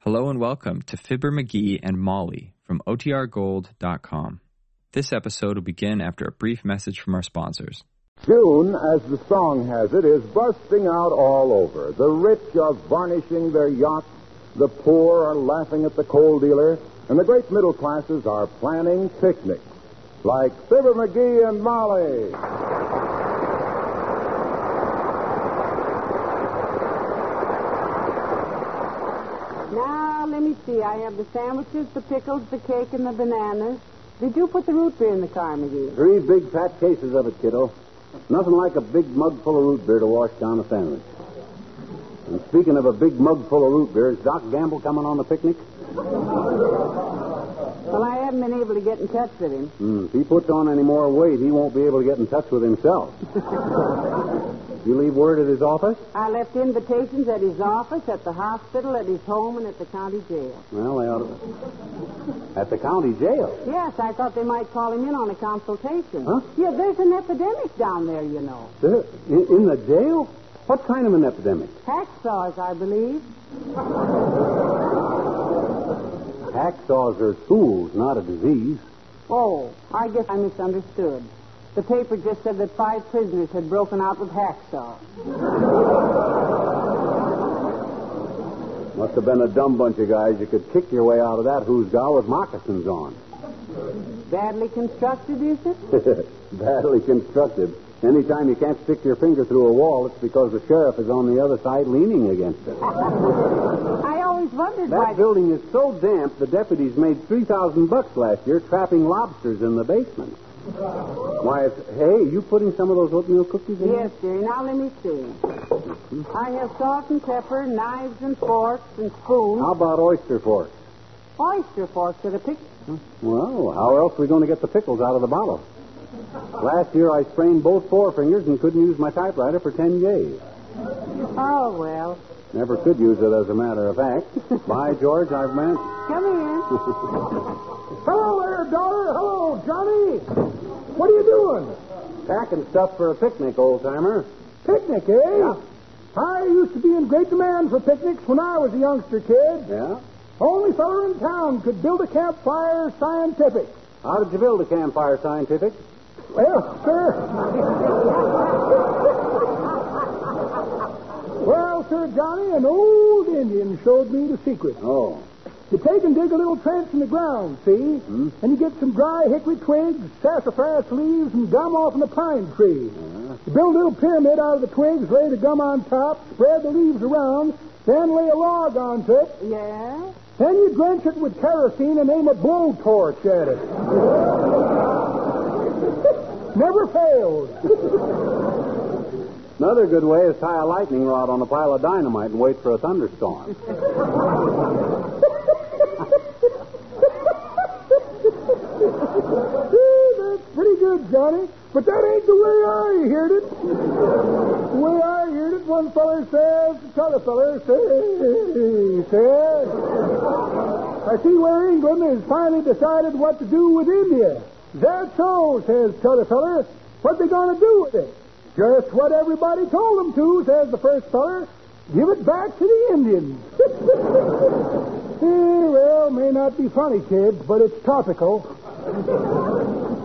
Hello and welcome to Fibber McGee and Molly from OTRGold.com. This episode will begin after a brief message from our sponsors. June, as the song has it, is busting out all over. The rich are varnishing their yachts, the poor are laughing at the coal dealer, and the great middle classes are planning picnics. Like Fibber McGee and Molly. Now, let me see. I have the sandwiches, the pickles, the cake, and the bananas. Did you put the root beer in the car, McGee? Three big fat cases of it, kiddo. Nothing like a big mug full of root beer to wash down a sandwich. And speaking of a big mug full of root beer, is Doc Gamble coming on the picnic? Well, I haven't been able to get in touch with him. Hmm, if he puts on any more weight, he won't be able to get in touch with himself. you leave word at his office? I left invitations at his office, at the hospital, at his home, and at the county jail. Well, they ought to. At the county jail. Yes, I thought they might call him in on a consultation. Huh? Yeah, there's an epidemic down there, you know. There- In, in the jail? What kind of an epidemic? Hacksaws, I believe. Hacksaws are tools, not a disease. Oh, I guess I misunderstood. The paper just said that five prisoners had broken out with hacksaws. Must have been a dumb bunch of guys. You could kick your way out of that who's got with moccasins on. Badly constructed, is it? Badly constructed. Anytime you can't stick your finger through a wall, it's because the sheriff is on the other side leaning against it. I always wondered why. That building is so damp, the deputies made 3000 bucks last year trapping lobsters in the basement. Why, it's, hey, you putting some of those oatmeal cookies in? Yes, dearie. Now let me see. I have salt and pepper, knives and forks and spoons. How about oyster forks? Oyster forks at a pic. Well, how else are we going to get the pickles out of the bottle? Last year I sprained both forefingers and couldn't use my typewriter for 10 days. Oh, well. Never could use it, as a matter of fact. By George, I've meant. Come in. Hello there, daughter. Hello, Johnny. What are you doing? Packing stuff for a picnic, old timer. Picnic, eh? Yeah. I used to be in great demand for picnics when I was a youngster kid. Yeah? Only feller in town could build a campfire scientific. How did you build a campfire, scientific? Well, sir. well, sir, Johnny, an old Indian showed me the secret. Oh. You take and dig a little trench in the ground, see? And you get some dry hickory twigs, sassafras leaves, and gum off in a pine tree. You build a little pyramid out of the twigs, lay the gum on top, spread the leaves around, then lay a log onto it, Yeah? then you drench it with kerosene and aim a blowtorch at it. Never fails. Another good way is tie a lightning rod on a pile of dynamite and wait for a thunderstorm. Gee, That's pretty good, Johnny. But that ain't the way I heard it. The way I heard it, one feller says, to t'other feller says, says. I see where England has finally decided what to do with India. That's so, says t'other feller. What they gonna do with it? Just what everybody told them to, says the first feller. Give it back to the Indians. Eh, well, may not be funny, kids, but it's topical.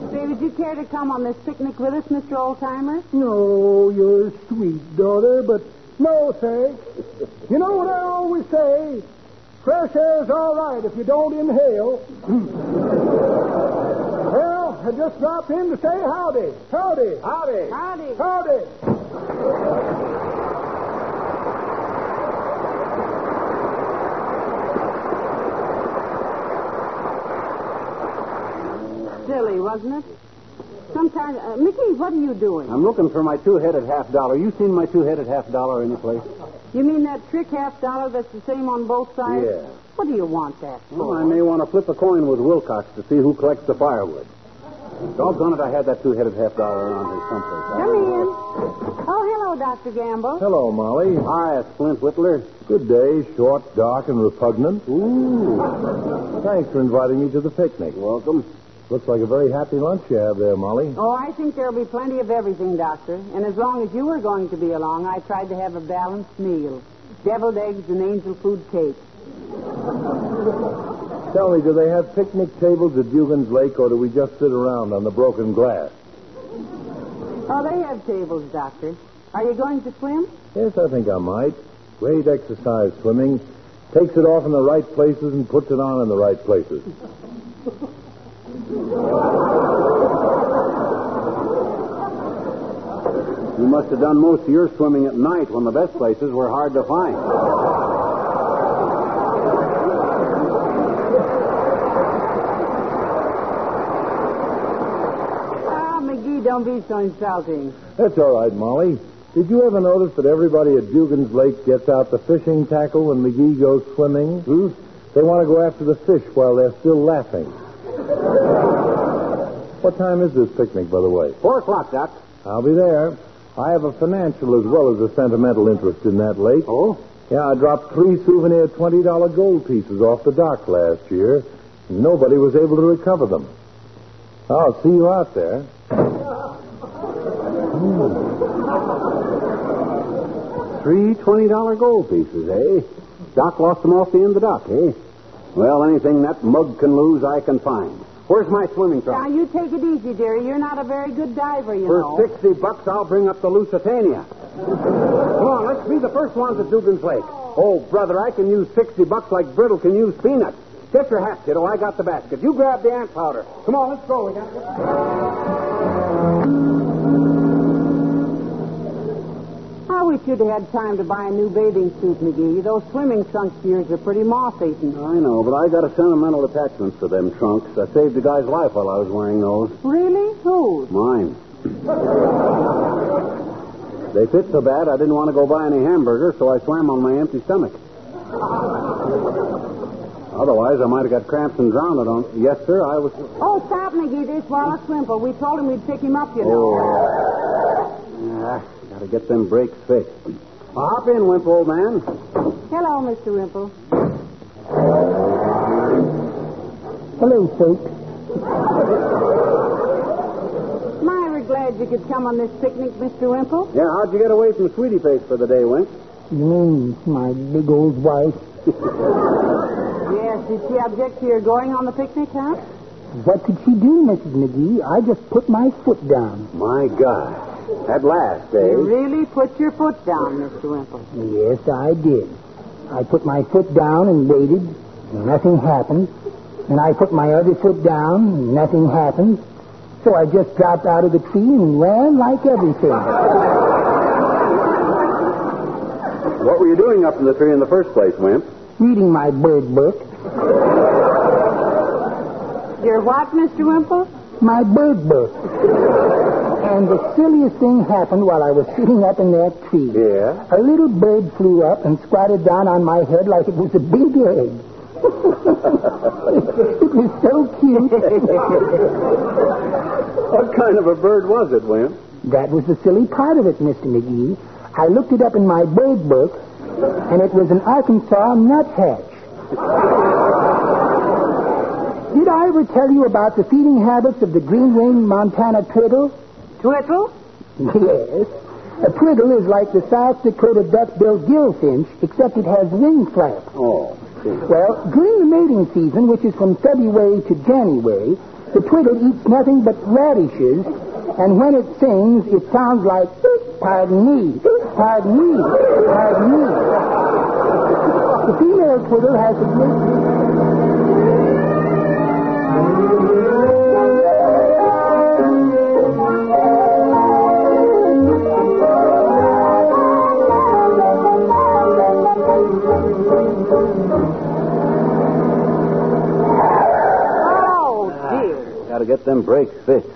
Say, would you care to come on this picnic with us, Mr. Oldtimer? No, you're sweet, daughter, but no thanks. You know what I always say? Fresh air's all right if you don't inhale. well, I just dropped in to say howdy. Howdy. Howdy! Howdy. Howdy. Silly, wasn't it? Sometimes, uh, Mickey, what are you doing? I'm looking for my two-headed half dollar. You seen my two-headed half dollar any place? You mean that trick half dollar that's the same on both sides? Yeah. What do you want that for? Well, I may want to flip a coin with Wilcox to see who collects the firewood. Doggone it, I had that two-headed half dollar around here someplace. Come in. Oh, hello, Dr. Gamble. Hello, Molly. Hi, Splint Whittler. Good day, short, dark, and repugnant. Ooh, Thanks for inviting me to the picnic. welcome. Looks like a very happy lunch you have there, Molly. Oh, I think there'll be plenty of everything, Doctor. And as long as you were going to be along, I tried to have a balanced meal. Deviled eggs and angel food cake. Tell me, do they have picnic tables at Dugan's Lake, or do we just sit around on the broken glass? Oh, they have tables, Doctor. Are you going to swim? Yes, I think I might. Great exercise, swimming. Takes it off in the right places and puts it on in the right places. You must have done most of your swimming at night when the best places were hard to find. Ah, McGee, don't be so insulting. That's all right, Molly. Did you ever notice that everybody at Dugan's Lake gets out the fishing tackle when McGee goes swimming? Hmm? They want to go after the fish while they're still laughing. what time is this picnic, by the way? Four o'clock, Doc. I'll be there. I have a financial as well as a sentimental interest in that lake. Oh? Yeah, I dropped three souvenir $20 gold pieces off the dock last year. Nobody was able to recover them. I'll see you out there. Three $20 gold pieces, eh? Doc lost them off the end of the dock, eh? Well, anything that mug can lose, I can find. Where's my swimming Now, trunk? you take it easy, dearie. You're not a very good diver, you know. For 60 bucks, I'll bring up the Lusitania. Come on, let's be the first ones at Dugan's Lake. Oh, brother, I can use 60 bucks like Brittle can use peanuts. Get your hat, kiddo. I got the basket. You grab the ant powder. Come on, let's go. We got I wish you'd had time to buy a new bathing suit, McGee. Those swimming trunks of yours are pretty moth-eaten. I know, but I got a sentimental attachment to them trunks. I saved a guy's life while I was wearing those. Really? Who? Mine. they fit so bad I didn't want to go buy any hamburger, so I swam on my empty stomach. Otherwise, I might have got cramps and drowned it on. Yes, sir, I was. Oh, stop, McGee. This Wallace Wimple. We told him we'd pick him up, you know. Oh. Ah, gotta get them brakes fixed. Well, hop in, Wimp, old man. Hello, Mr. Wimple. Hello, folks. Myra, glad you could come on this picnic, Mr. Wimple. Yeah, how'd you get away from Sweetie Face for the day, Wimp? You mean my big old wife? Yes, did she object to your going on the picnic, huh? What did she do, Mrs. McGee? I just put my foot down. My God. At last, eh? You really put your foot down, Mr. Wimple. Yes, I did. I put my foot down and waited, and nothing happened. And I put my other foot down, and nothing happened. So I just dropped out of the tree and ran like everything. What were you doing up in the tree in the first place, Wimp? Reading my bird book. Your what, Mr. Wimple? My bird book. And the silliest thing happened while I was sitting up in that tree. Yeah. A little bird flew up and squatted down on my head like it was a big egg. it was so cute. What kind of a bird was it, Wimp? that was the silly part of it, Mr. McGee. I looked it up in my bird book, and it was an Arkansas nuthatch. Did I ever tell you about the feeding habits of the green winged Montana turtle? Twiddle? Yes. A twiddle is like the South Dakota duck-billed gillfinch, except it has wing flaps. Oh. Well, during the mating season, which is from February to January, the twiddle eats nothing but radishes, and when it sings, it sounds like, pardon me, pardon me, pardon me. The female twiddle has a great... Oh, dear. Gotta get them brakes fixed.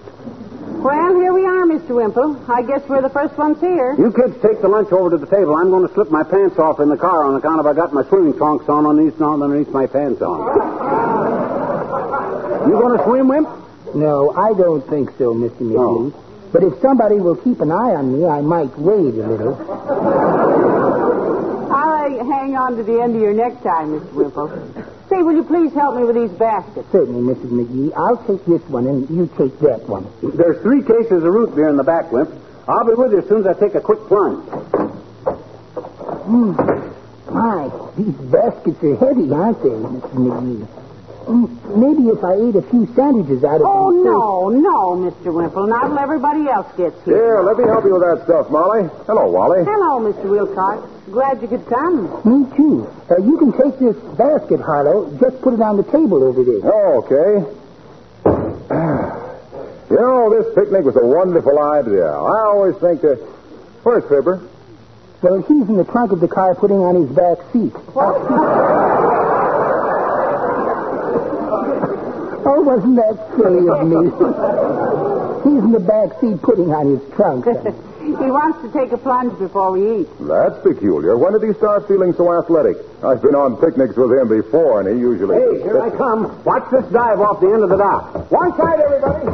Well, here we are, Mr. Wimple. I guess we're the first ones here. You kids take the lunch over to the table. I'm going to slip my pants off in the car on account of I got my swimming trunks on underneath, on underneath my pants on. you going to swim, Wimp? No, I don't think so, Mr. No. McGee. But if somebody will keep an eye on me, I might wait a little. I'll uh, hang on to the end of your necktie, Mr. Wimple. Say, will you please help me with these baskets? Certainly, Mrs. McGee. I'll take this one, and you take that one. There's three cases of root beer in the back, Wimp. I'll be with you as soon as I take a quick plunge. My, these baskets are heavy, aren't they, Mrs. McGee? Mm, Maybe if I ate a few sandwiches out of Oh, these no, no, Mr. Wimple. Not till everybody else gets here. Here, let me help you with that stuff, Molly. Hello, Wally. Hello, Mr. Wilcox. Glad you could come. Me too. Uh, you can take this basket, Harlow. Just put it on the table over there. Okay. You know, this picnic was a wonderful idea. I always think that. Where's Fibber? Well, he's in the trunk of the car putting on his back seat. oh, wasn't that silly of me? he's in the back seat putting on his trunk. he wants to take a plunge before we eat. That's peculiar. When did he start feeling so athletic? I've been on picnics with him before, and he usually. Hey, here I come. Watch this dive off the end of the dock. One side, everybody.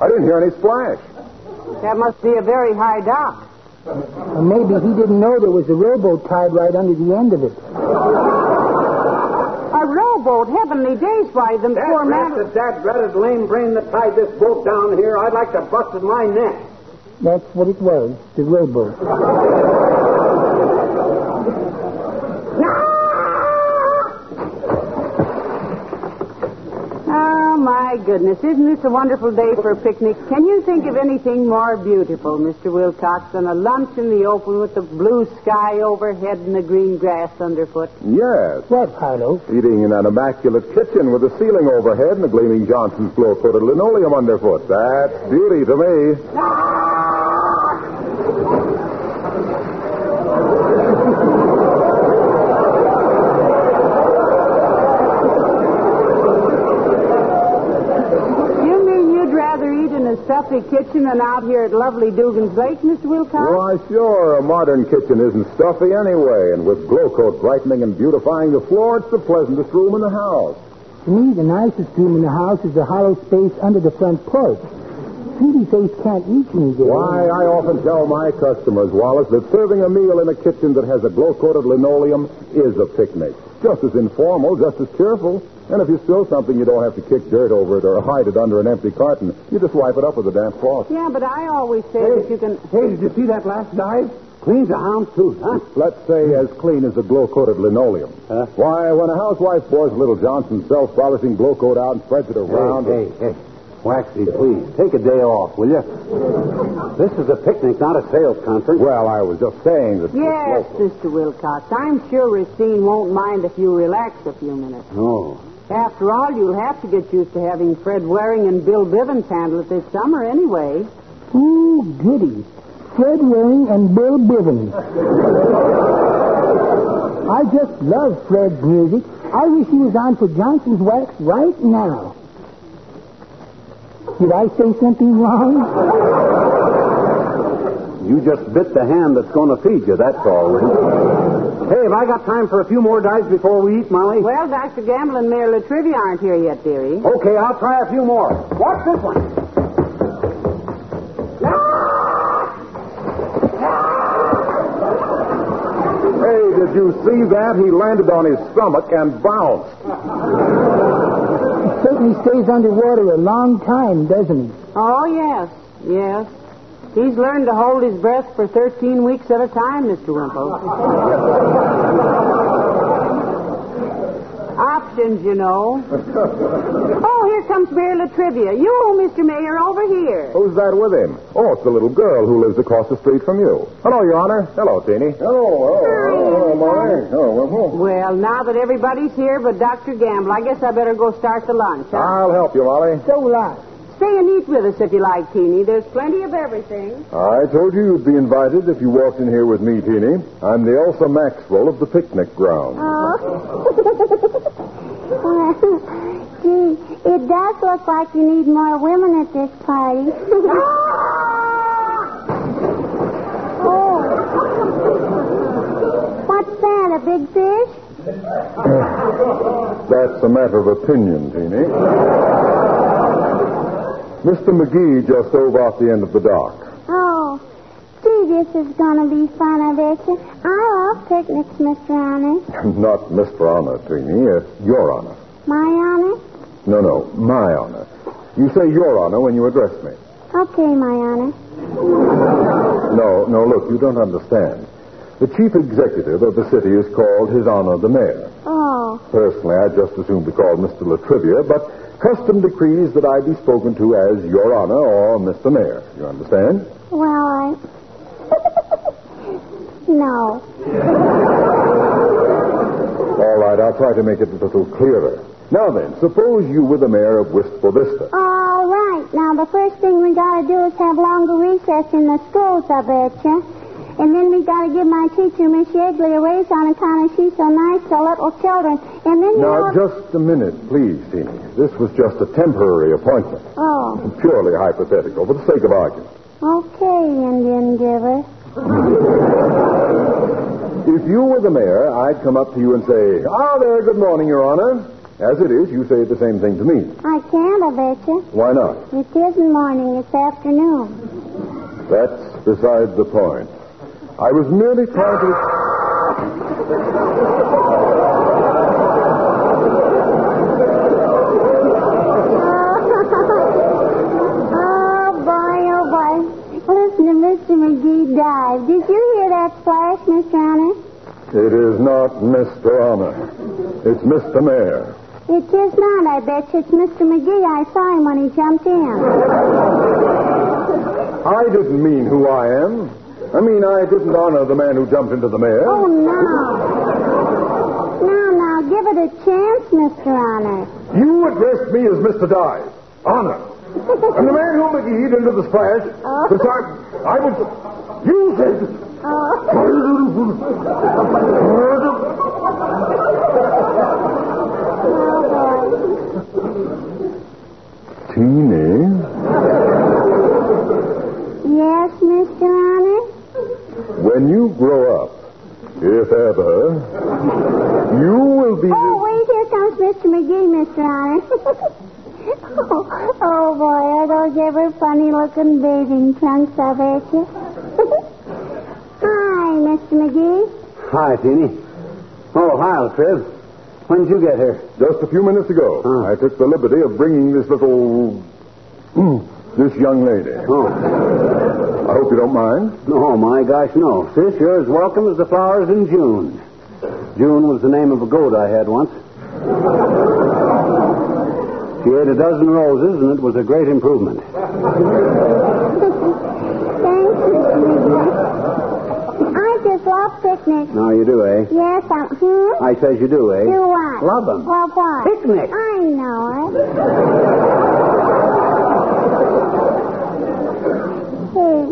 I didn't hear any splash. That must be a very high dock. Or maybe he didn't know there was a rowboat tied right under the end of it. A rowboat, heavenly days, why, them That poor brat, man. that dad ratted lame brain that tied this boat down here, I'd like to busted my neck. That's what it was, the rowboat. Ah! Oh, my goodness. Isn't this a wonderful day for a picnic? Can you think of anything more beautiful, Mr. Wilcox, than a lunch in the open with the blue sky overhead and the green grass underfoot? Yes. What, Harlow? Eating in an immaculate kitchen with a ceiling overhead and a gleaming Johnson's floor coated linoleum underfoot. That's beauty to me. You mean you'd rather eat in a stuffy kitchen than out here at lovely Dugan's Lake, Mr. Wilcox? Why, sure, a modern kitchen isn't stuffy anyway, and with glow coat brightening and beautifying the floor, it's the pleasantest room in the house. To me, the nicest room in the house is the hollow space under the front porch. Sweetie Face can't reach me there. Why, I often tell my customers, Wallace, that serving a meal in a kitchen that has a glow coated linoleum is a picnic. Just as informal, just as cheerful. And if you spill something, you don't have to kick dirt over it or hide it under an empty carton. You just wipe it up with a damp cloth. Yeah, but I always say that you can. Hey, did you see that last dive? Cleans a hound's tooth, huh? Let's say as clean as a glow coated linoleum. Huh? Why, when a housewife pours little Johnson's self polishing glow coat out and spreads it around. Hey, hey, hey. Waxy, please, take a day off, will you? This is a picnic, not a sales concert. Well, I was just saying that. Yes, Mr. Wilcox. I'm sure Racine won't mind if you relax a few minutes. Oh. After all, you'll have to get used to having Fred Waring and Bill Bivens handle it this summer anyway. Ooh, goody. Fred Waring and Bill Bivens. I just love Fred's music. I wish he was on for Johnson's Wax right now. Did I say something wrong? You just bit the hand that's going to feed you, that's all. hey, have I got time for a few more dives before we eat, Molly? Well, Dr. Gamble and Mayor Latrivia aren't here yet, dearie. Okay, I'll try a few more. Watch this one. Hey, did you see that? He landed on his stomach and bounced. He certainly stays underwater a long time, doesn't he? Oh, yes, yes. He's learned to hold his breath for 13 weeks at a time, Mr. Wimple. Options, you know. Oh, here comes Mayor Latrivia. You, Mr. Mayor, over here. Who's that with him? Oh, it's the little girl who lives across the street from you. Hello, Your Honor. Hello, Teeny. Hello, hello, hello, Molly. Hello, hello. Well, now that everybody's here but Dr. Gamble, I guess I better go start the lunch. Huh? I'll help you, Molly. So loud. Stay and eat with us if you like, Teeny. There's plenty of everything. I told you you'd be invited if you walked in here with me, Teeny. I'm the Elsa Maxwell of the picnic ground. Well, gee, it does look like you need more women at this party. oh. What's that, a big fish? That's a matter of opinion, Teeny. Mr. McGee just dove off the end of the dock. Oh. Gee, this is going to be fun, I bet you. I love picnics, Mr. Honest. Not Mr. Honor, Teeny. Uh, your Honor. My honest? No, no, my Honor. You say Your Honor when you address me. Okay, my honest. No, no, look, you don't understand. The chief executive of the city is called His Honor the Mayor. Oh, Personally, I'd just as soon be called Mr. Latrivia, but custom decrees that I be spoken to as Your Honor or Mr. Mayor. You understand? well, I. no. All right, I'll try to make it a little clearer. Now then, suppose you were the mayor of Wistful Vista. All right. Now, the first thing we gotta do is have longer recess in the schools, I betcha. And then we gotta give my teacher, Miss Yegley, a raise on account of she's so nice to little children. And then Now, we'll- just a minute, please, Jeannie. This was just a temporary appointment, Oh, purely hypothetical, for the sake of argument. okay, Indian giver. If you were the mayor, I'd come up to you and say, Ah, there, good morning, Your Honor. As it is, you say the same thing to me. I can't, I betcha. Why not? It isn't morning, it's afternoon. That's beside the point. I was merely trying to. oh, boy, oh, boy. Listen to Mr. McGee dive. Did you hear that splash, Miss Honor? It is not Mr. Honor. It's Mr. Mayor. It is not, I bet you. It's Mr. McGee. I saw him when he jumped in. I didn't mean who I am. I mean, I didn't honor the man who jumped into the mayor. Oh, no. Now, now, give it a chance, Mr. Honor. You addressed me as Mr. Dive. Honor. and the man who McGee into the splash. Oh. Besides, I was. You said. Oh, Teeny, Yes, Mr. Honor? when you grow up, if ever, you will be. Oh, wait, here comes Mr. McGee, Mr. Honor. oh, oh, boy, are those ever funny-looking bathing trunks, I bet you. Hi, Mr. McGee. Hi, Teeny. Oh, hi, Latriv. When did you get here? Just a few minutes ago, Hmm. I took the liberty of bringing this little. hmm, this young lady. Oh, I hope you don't mind. oh my gosh, no. Sis, you're as welcome as the flowers in June. June was the name of a goat I had once. she ate a dozen roses, and it was a great improvement. Thanks, Mr. McGee. I just love picnics. Now you do, eh? Yes, I... Hmm? I says you do, eh? Do what? Love 'em. Love what? Picnics. I know it. hey, Hmm.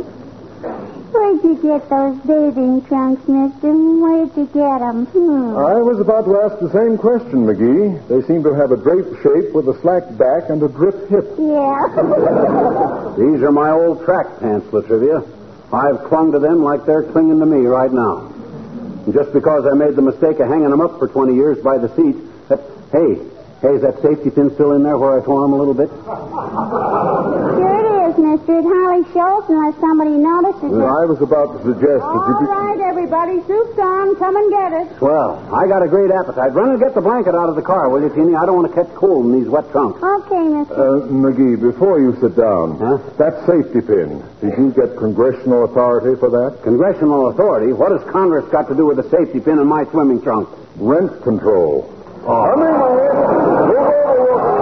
where'd you get those bathing trunks, mister? Where'd you get 'em? Hmm. I was about to ask the same question, McGee. They seem to have a drape shape with a slack back and a drip hip. Yeah. These are my old track pants, Latrivia. I've clung to them like they're clinging to me right now. And just because I made the mistake of hanging them up for 20 years by the seat, that, hey, hey, is that safety pin still in there where I tore them a little bit? sure it is, mister. It hardly shows unless somebody notices it. I was about to suggest that All you be... right, everybody, soup's on. Come and get it. Well, I got a great appetite. Run and get the blanket out of the car, will you, Teeny? I don't want to catch cold in these wet trunks. Okay, mister. Uh, McGee, before you sit down, Huh? that safety pin, did you get congressional authority for that? Congressional authority? What has Congress got to do with a safety pin in my swimming trunk? Rent control. Oh. Come in, Mike. Move over, Wilson.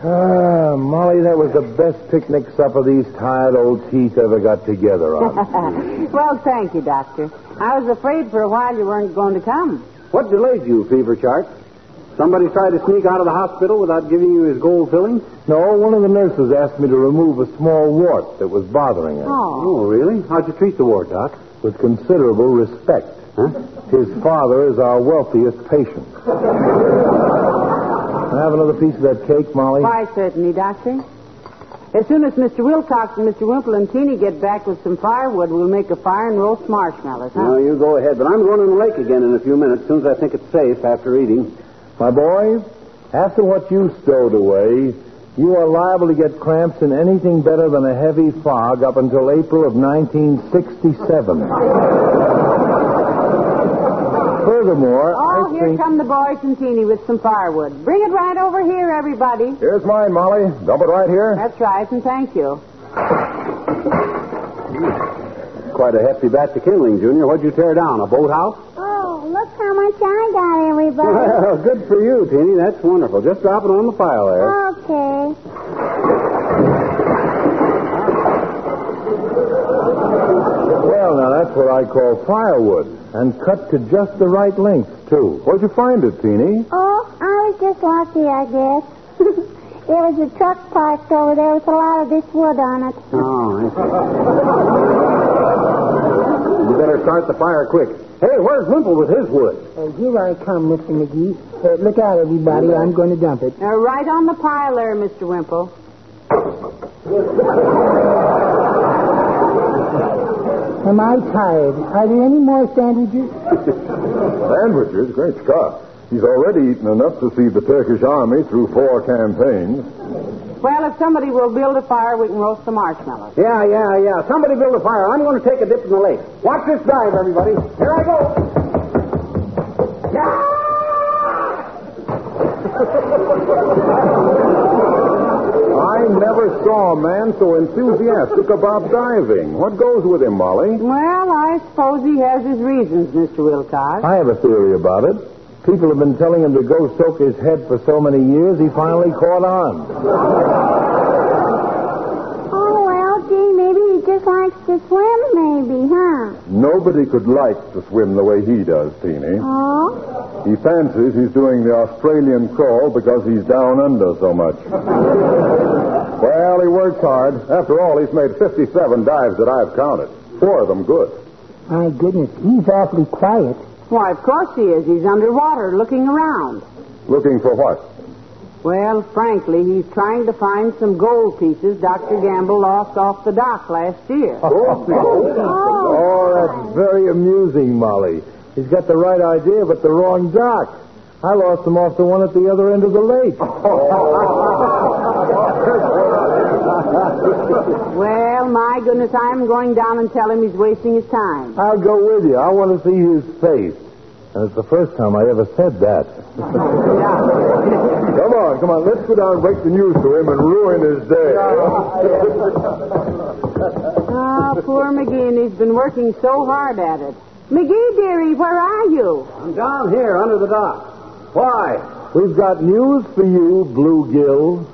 Ah, Molly, that was the best picnic supper these tired old teeth ever got together on. well, thank you, Doctor. I was afraid for a while you weren't going to come. What delayed you, Fever Chart? Somebody tried to sneak out of the hospital without giving you his gold fillings? no, one of the nurses asked me to remove a small wart that was bothering her Oh, Oh. really? How'd you treat the war, Doc? with considerable respect. Huh? His father is our wealthiest patient. Can I have another piece of that cake, Molly? Why, certainly, Doctor. As soon as Mr. Wilcox and Mr. Wimple and Teeny get back with some firewood, we'll make a fire and roast marshmallows, huh? No, you go ahead, but I'm going in the lake again in a few minutes, soon as I think it's safe after eating. My boy, after what you stowed away, you are liable to get cramps in anything better than a heavy fog up until April of 1967. Further, Furthermore, Oh, I here think. come the boys from Teeny with some firewood. Bring it right over here, everybody. Here's mine, Molly. Dump it right here. That's right, and thank you. Quite a hefty batch of kindling, Junior. What'd you tear down? A boathouse? Oh, look how much I got, everybody. Well, good for you, Teeny. That's wonderful. Just drop it on the pile there. okay. Well, now that's what I call firewood, and cut to just the right length too. Where'd you find it, Teeny? Oh, I was just lucky, I guess. there was a truck parked over there with a lot of this wood on it. Oh, I see. you better start the fire quick. Hey, where's Wimple with his wood? Oh, here I come, Mr. McGee. Uh, look out, everybody. I'm going to dump it. Now, right on the pile there, Mr. Wimple. Am I tired? Are there any more sandwiches? Sandwiches? Great Scott. He's already eaten enough to see the Turkish army through four campaigns. Well, if somebody will build a fire, we can roast some marshmallows. Yeah, yeah, yeah. Somebody build a fire. I'm going to take a dip in the lake. Watch this dive, everybody. Here I go. I never saw a man so enthusiastic about diving. What goes with him, Molly? Well, I suppose he has his reasons, Mr. Wilcox. I have a theory about it. People have been telling him to go soak his head for so many years, he finally caught on. Oh, well, gee, maybe he just likes to swim, maybe, huh? Nobody could like to swim the way he does, Teeny. Oh? He fancies he's doing the Australian crawl because he's down under so much. well, he works hard. After all, he's made 57 dives that I've counted. Four of them good. My goodness, he's awfully quiet. Why, of course he is. He's underwater looking around. Looking for what? Well, frankly, he's trying to find some gold pieces Dr. Gamble lost off the dock last year. Oh, that's very amusing, Molly. He's got the right idea, but the wrong dock. I lost him off the one at the other end of the lake. Well, my goodness, I'm going down and tell him he's wasting his time. I'll go with you. I want to see his face. And it's the first time I ever said that. Come on, come on. Let's go down and break the news to him and ruin his day. Oh, poor McGee, and he's been working so hard at it. McGee, dearie, where are you? I'm down here under the dock. Why? We've got news for you, Bluegill.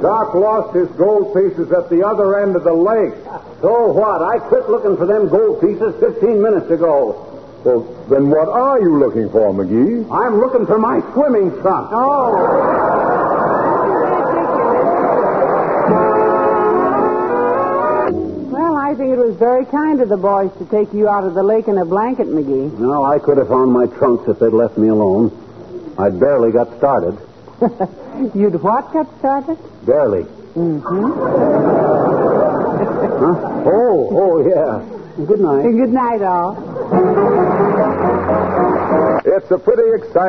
Doc lost his gold pieces at the other end of the lake. So what? I quit looking for them gold pieces 15 minutes ago. Well, then what are you looking for, McGee? I'm looking for my swimming trunk. Oh. Well, I think it was very kind of the boys to take you out of the lake in a blanket, McGee. No, I could have found my trunks if they'd left me alone. I barely got started. You'd what got started? Barely. Mm-hmm. huh? Oh, oh, yeah. Good night. Good night, all. It's a pretty exciting.